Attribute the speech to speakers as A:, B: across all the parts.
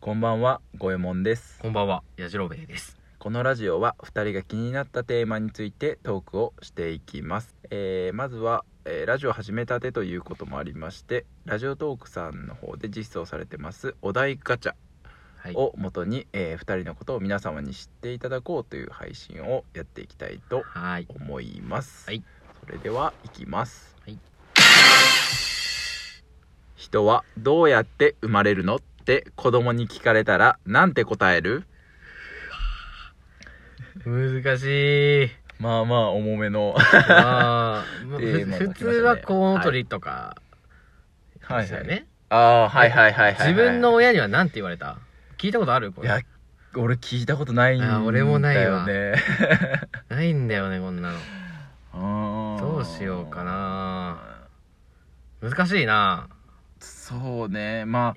A: こんばんは、ごえもんです。
B: こんばんは、やじろべえです。
A: このラジオは2人が気になったテーマについてトークをしていきます。えーまずは、えーラジオ始めたてということもありまして、ラジオトークさんの方で実装されてますお題ガチャ
B: はい。
A: を元に、え2人のことを皆様に知っていただこうという配信をやっていきたいと
B: はい。
A: 思います。
B: はい
A: それでは、いきます。
B: はい
A: 人はどうやって生まれるのって子供に聞かれたらなんて答える
B: 難しい。
A: まあまあ重めの
B: まあ、
A: テー
B: ふ
A: マが来ましたね
B: 普通はコウノトリとか、
A: はい
B: ですよね、
A: ああはいはいはいはい、
B: 自分の親には何て言われた聞いたことあるこ
A: い
B: れ
A: や俺聞いたことないんだよ
B: あ
A: ね
B: 俺もないわ
A: う
B: ないんだよね、こんなの。
A: ーん
B: どうしようかな難しいな。
A: そうねまあ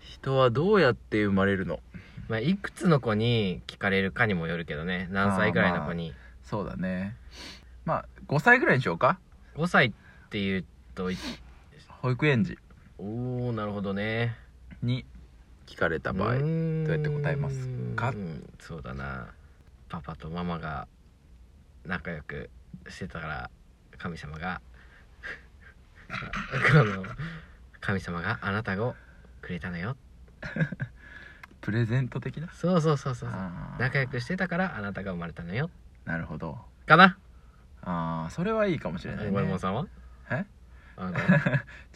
A: 人はどうやって生まれるの
B: まあ、いくつの子に聞かれるかにもよるけどね。何歳くらいの子に。
A: そうだねまあ5歳ぐらいにしようか
B: 5歳っていうと、い
A: 保育園児
B: おー、なるほどね。
A: に聞かれた場合
B: うーん
A: どうやって答えますか
B: うんそうだなパパとママが仲良くしてたから神様が あの神様があなたをくれたのよ
A: プレゼント的な
B: そうそうそうそうそう
A: あー
B: 仲良くしてたからあなたが生まれたのよ
A: なるほど
B: かな
A: ああそれはいいかもしれないね
B: ごえもんさんは
A: え
B: あの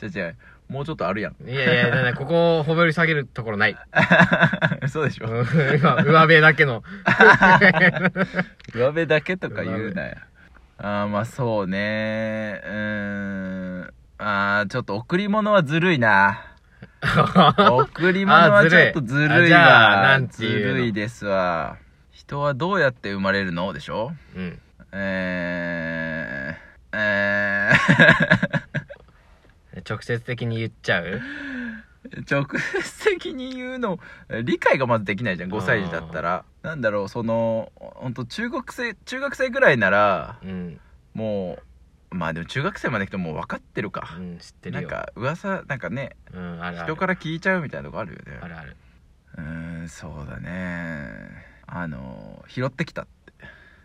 A: 違う違うもうちょっとあるやん
B: いやいやだからここを褒め下げるところない
A: そうでし
B: う
A: ょ
B: ん今上辺だ けの
A: 上辺だけとか言うなよあーまあそうねうーんあーちょっと贈り物はずるい な贈り物
B: あ
A: は
B: ー
A: ち
B: ず
A: ょっ
B: るい
A: とずるい
B: あじゃあ
A: わ
B: なんて
A: ず
B: いうの
A: るいですわ人はどうやって生まれるのでしょ
B: うん
A: えー、え
B: 直接的に言っちゃう
A: ー 直接的に言うの理解がまずできないじゃん5歳児だったらなんだろうその本当中学生中学生ぐらいなら
B: うん、
A: もうまあでも中学生まで来てもう分かってるか
B: う、ん、知って
A: な
B: る
A: ん
B: よ
A: か噂なんかね
B: うん、あるある
A: 人から聞いちゃうみたいなとこあるよ
B: あ
A: ね
B: るある
A: うーんそうだねあの拾ってきた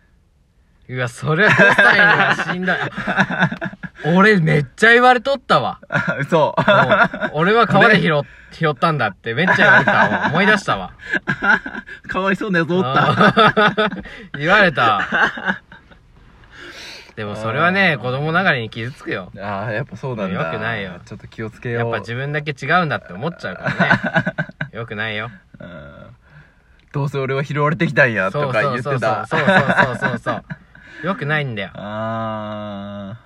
B: うわそれ5歳のが死んだ俺めっちゃ言われとったわ
A: あ嘘
B: もう俺は川で拾っ拾ったんだってめっちゃ言われたわ思い出したわ
A: かわいそうなやつおった
B: あー言われたでもそれはね
A: あー
B: 子供ながらに傷つくよ
A: あーやっぱそうなんだ
B: よくないよ
A: ちょっと気をつけよう
B: やっぱ自分だけ違うんだって思っちゃうからねよくないよ
A: うんどうせ俺は拾われてきたんやとか言ってた
B: そうそうそうそうそうそうそうよくないんだよ
A: あー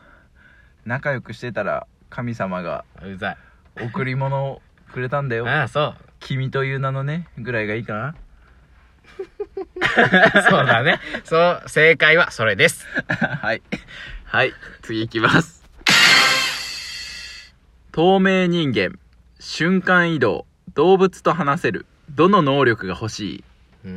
A: 仲良くしてたら神様が
B: うざい
A: 贈り物をくれたん だよ
B: ああそう
A: 君という名のねぐらいがいいかな
B: そうだね。そう、正解はそれです。
A: はい。はい。次いきます。透明人間、瞬間移動、動物と話せる、どの能力が欲しいう
B: ー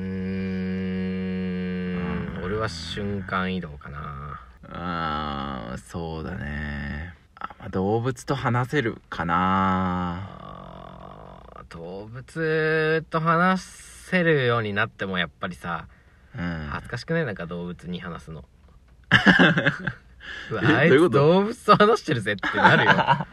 B: ん、俺は瞬間移動かな。
A: あー、そうだね。あまあ動物と話せるかな。
B: あー動物と話せるようになってもやっぱりさ、
A: うん。
B: 恥ずかしくないなんか動物に話す の。うわ
A: えど
B: あいう
A: いうこ
B: つ
A: と
B: 動物と話してるぜってなるよ。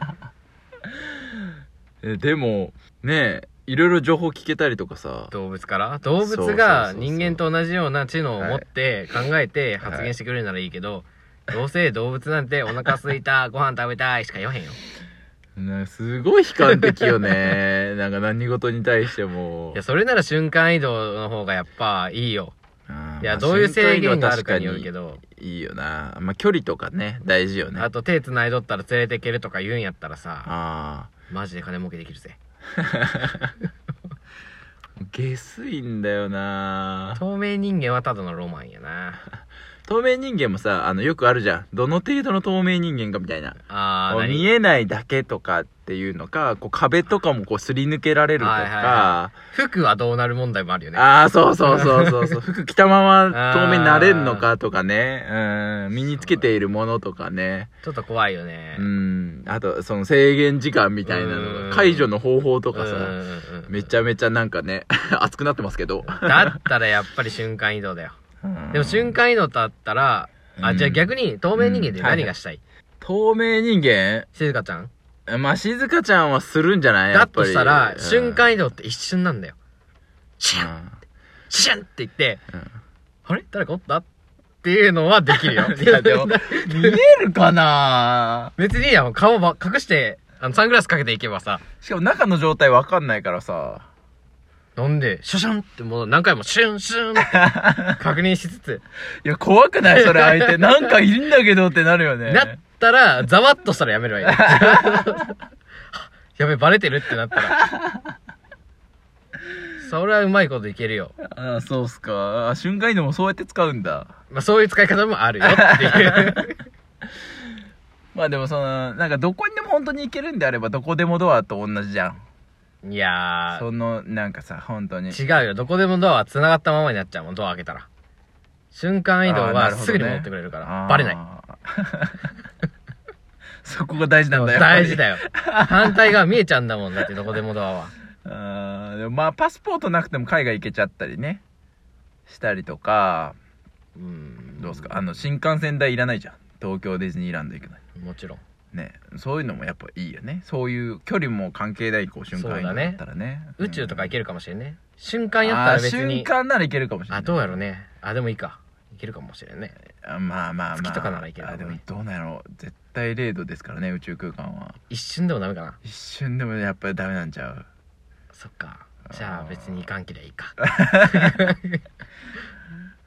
A: えでも、ねえ、いろいろ情報聞けたりとかさ。
B: 動物から
A: そ
B: 動
A: うそ
B: 物
A: うそう
B: が
A: そう
B: 人間と同じような知能を持って考えて発言してくれるならいいけど、どうせ動物なんてお腹すいた、ご飯食べたいしか言わへんよ。
A: なんかすごい悲観的よ ね。なんか何事に対しても
B: いや、。それなら瞬間移動の方がやっぱいいよ。
A: あー
B: いや、
A: ま
B: どういう
A: 瞬間
B: 制
A: 移動は
B: 限がある
A: 確
B: かによるけど、
A: いいよなまあ距離とかね大事よね
B: あと手繋いどったら連れてけるとか言うんやったらさ、
A: あ
B: マジで金儲けできるぜ。
A: ー下水んだよな
B: 透明人間はただのロマン やな。
A: 透明人間もさあのよくあるじゃんどの程度の透明人間かみたいな
B: あ
A: こ
B: ー、
A: う
B: 何
A: 見えないだけとかっていうのかこう壁とかもこうすり抜けられるとか、
B: はいはいは服はどうなる問題もあるよね。
A: ああそうそうそうそう そう服着たまま透明になれんのかとかねうん身につけているものとかね
B: ちょっと怖いよね
A: う。んあとその制限時間みたいなの
B: うん
A: が解除の方法と
B: う
A: か
B: ん
A: さ
B: うんうん
A: めちゃめちゃなんかね 熱くなってますけど
B: だったらやっぱり瞬間移動だよでも瞬間移動だったらあじゃあ
A: に
B: 逆に透明人間で
A: うんはいはい
B: 何がしたい
A: 透明人間
B: 静香ちゃん
A: まあ静香ちゃんはするんじゃないや
B: だ
A: っぱ
B: と
A: り
B: したら
A: うん
B: 瞬間移動って一瞬なんだよシ
A: う
B: ュン
A: ん
B: シュンって言って
A: うん
B: あれ誰かおったっていうのはできるよ
A: いやでも見えるかな
B: 別にいいやん顔ば隠してあのサングラスかけていけばさ
A: しかも中の状態わかんないからさ
B: なんでシュシュンってもう何回もシュンシュン って確認しつつ
A: いや怖くないそれ相手なんかいるんだけどってなるよね
B: なったらざわっとしたらやめればいい はやべバレてるってなったらそれはうまいこといけるよ、
A: ああそうっすかあ瞬間移動もそうやって使うんだ
B: まあ、そういう使い方もあるよっていう
A: まあでもそのなんかどこにでも本当に行けるんであればどこでもドアと同じじゃん
B: いやー
A: そのなんかさ本当に
B: 違うよどこでもドアは繋がったままになっちゃうもんドア開けたら瞬間移動
A: あーなるほ
B: は
A: どね
B: すぐに戻ってくれるから
A: あー
B: バレない
A: そこが大事なんだよ
B: 大事
A: よ
B: だ よ反対側見えちゃうんだもんだってどこでもドアは
A: あーでもまあパスポートなくても海外行けちゃったりねしたりとか
B: うん
A: どうっすかあの新幹線代いらないじゃん東京ディズニーランド行くのに
B: もちろん
A: ねそういうのもやっぱいいよねそういう距離も関係ないこう瞬間移動だったらね
B: 宇宙とか行け
A: る
B: るかもしれんね瞬間やったら別に
A: 瞬間なら行けるかもしれない
B: あどうやろうねあでもいいかいけるかもしれんね
A: あまあまあまあ
B: 月とかならいけるか
A: あ
B: もね
A: でもどうなんやろう絶対0度ですからね宇宙空間は
B: 一瞬でもダメかな
A: 一瞬でもやっぱりダメなんちゃう
B: そっかじゃあ
A: あー
B: 別にいかんきりゃいいか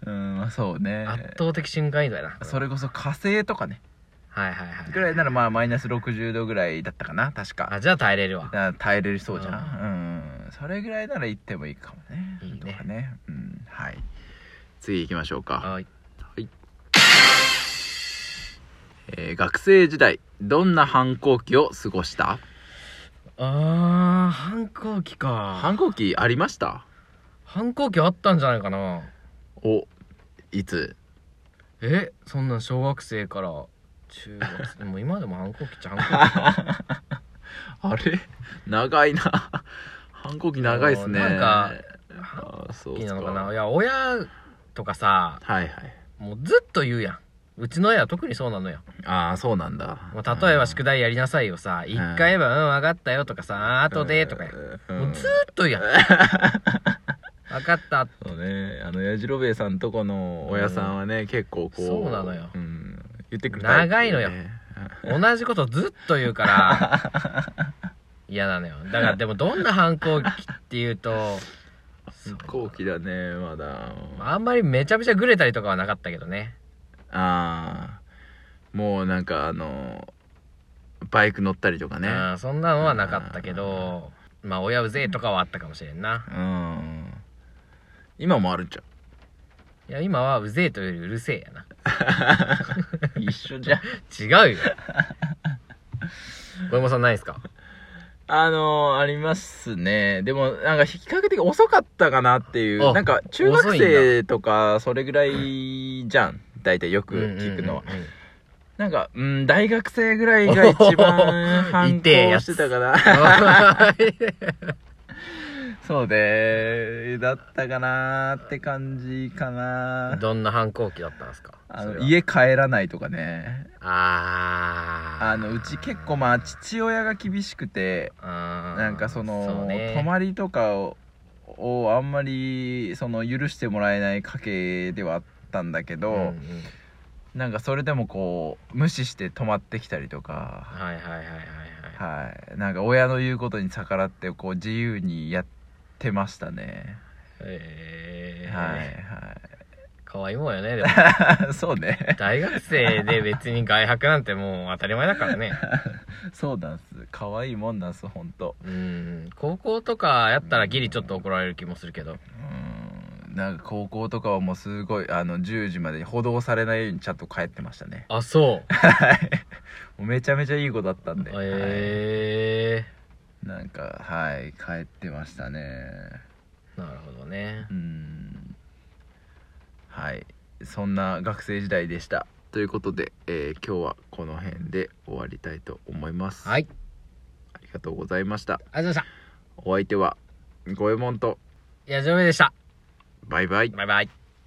A: うんまあそうね
B: 圧倒的瞬間移動やな
A: それこそ火星とかね
B: はいはいはい
A: ぐらいならまあマイナス60度ぐらいだったかな確か
B: あじゃあ耐えれるわ
A: な耐えれそうじゃんうんそれぐらいなら行ってもいいかもね
B: いいね
A: とかねうんはい次行きましょうか、
B: はい
A: えー学生時代どんな反抗期を過ごした
B: あー反抗期か
A: 反抗期ありました
B: 反抗期あったんじゃないかな
A: おい つ
B: えそんなん小学生から中学生 でも今でも反抗期っちゃ反抗期
A: あれ長いな反抗期長いっすね
B: なんか
A: あーそうっ
B: 反抗期
A: す
B: なのかないや親とかさ
A: はいはい
B: もうずっと言うやんうちの親は特にそうなのよ
A: ああそうなんだ
B: もう例えば宿題やりなさいをさ一回言えば「うん分かったよ」とかさ「あとで」とかも
A: うん
B: うずーっと言うやん 分かった
A: そうねあのやじろべえさんとこの親さんはね、結構こう
B: そうなのよ
A: うん、言ってくるタイプ
B: 長いのよ
A: ね
B: 同じことずっと言うから 嫌なのよだからでもどんな反抗期っていうと
A: 反抗期だねまだ
B: あんまりめちゃめちゃグレたりとかはなかったけどね
A: ああもうなんかあのバイク乗ったりとかね
B: うんそんなのはなかったけどまあ親うぜえとかはあったかもしれんな
A: うん今もあるんちゃ
B: いや今はうぜえというよりうるせえやな
A: う一緒じゃん
B: 違うよ小山さんないですか
A: あのー、ありますねでもなんか比較的遅かったかなっていう
B: あ
A: なんか中学
B: 遅い
A: 生とかそれぐらいじゃん大体よく聞くのは、
B: うんうんうんうん
A: なんか、うん、大学生ぐらいが一番反抗
B: 痛えやつ
A: してたか な。 そうで、だったかなーって感じかな。
B: どん な反抗期だったんですか
A: あ
B: それ
A: の
B: は
A: 家帰らないとかね。
B: あー
A: あの、うち結構まあ、父親が厳しくて、
B: あー
A: なんかその、
B: うね
A: 泊まりとかを、をあんまり、その、許してもらえない家系ではあったんだけど、
B: うんうん
A: なんかそれでもこう、無視して泊まってきたりとか。
B: はいはいはいはいはい
A: はい、なんか親の言うことに逆らってこう自由にやってましたね、
B: えー
A: はい
B: かわいいもんよねでも
A: はい そうね
B: 大学生で別に外泊なんてもう当たり前だ からね
A: そうなんす可愛いもんなんすほんと
B: うん高校とかやったらギリちょっと怒られる気もするけど
A: うーんなんか高校とかはもうすごいあの10時までに補導されないようにちゃんと帰ってましたね
B: あそう
A: はいもうめちゃめちゃいい子だったんで、
B: え
A: はい、なんかはい帰ってましたね
B: ー、なるほどね
A: うーんはいそんな学生時代でしたということで、えー今日はこの辺で終わりたいと思います、
B: はいあり
A: ありがとうございました
B: がとうございました
A: お相手は五右衛門と
B: 矢島でした
A: バイバイ
B: バイバイ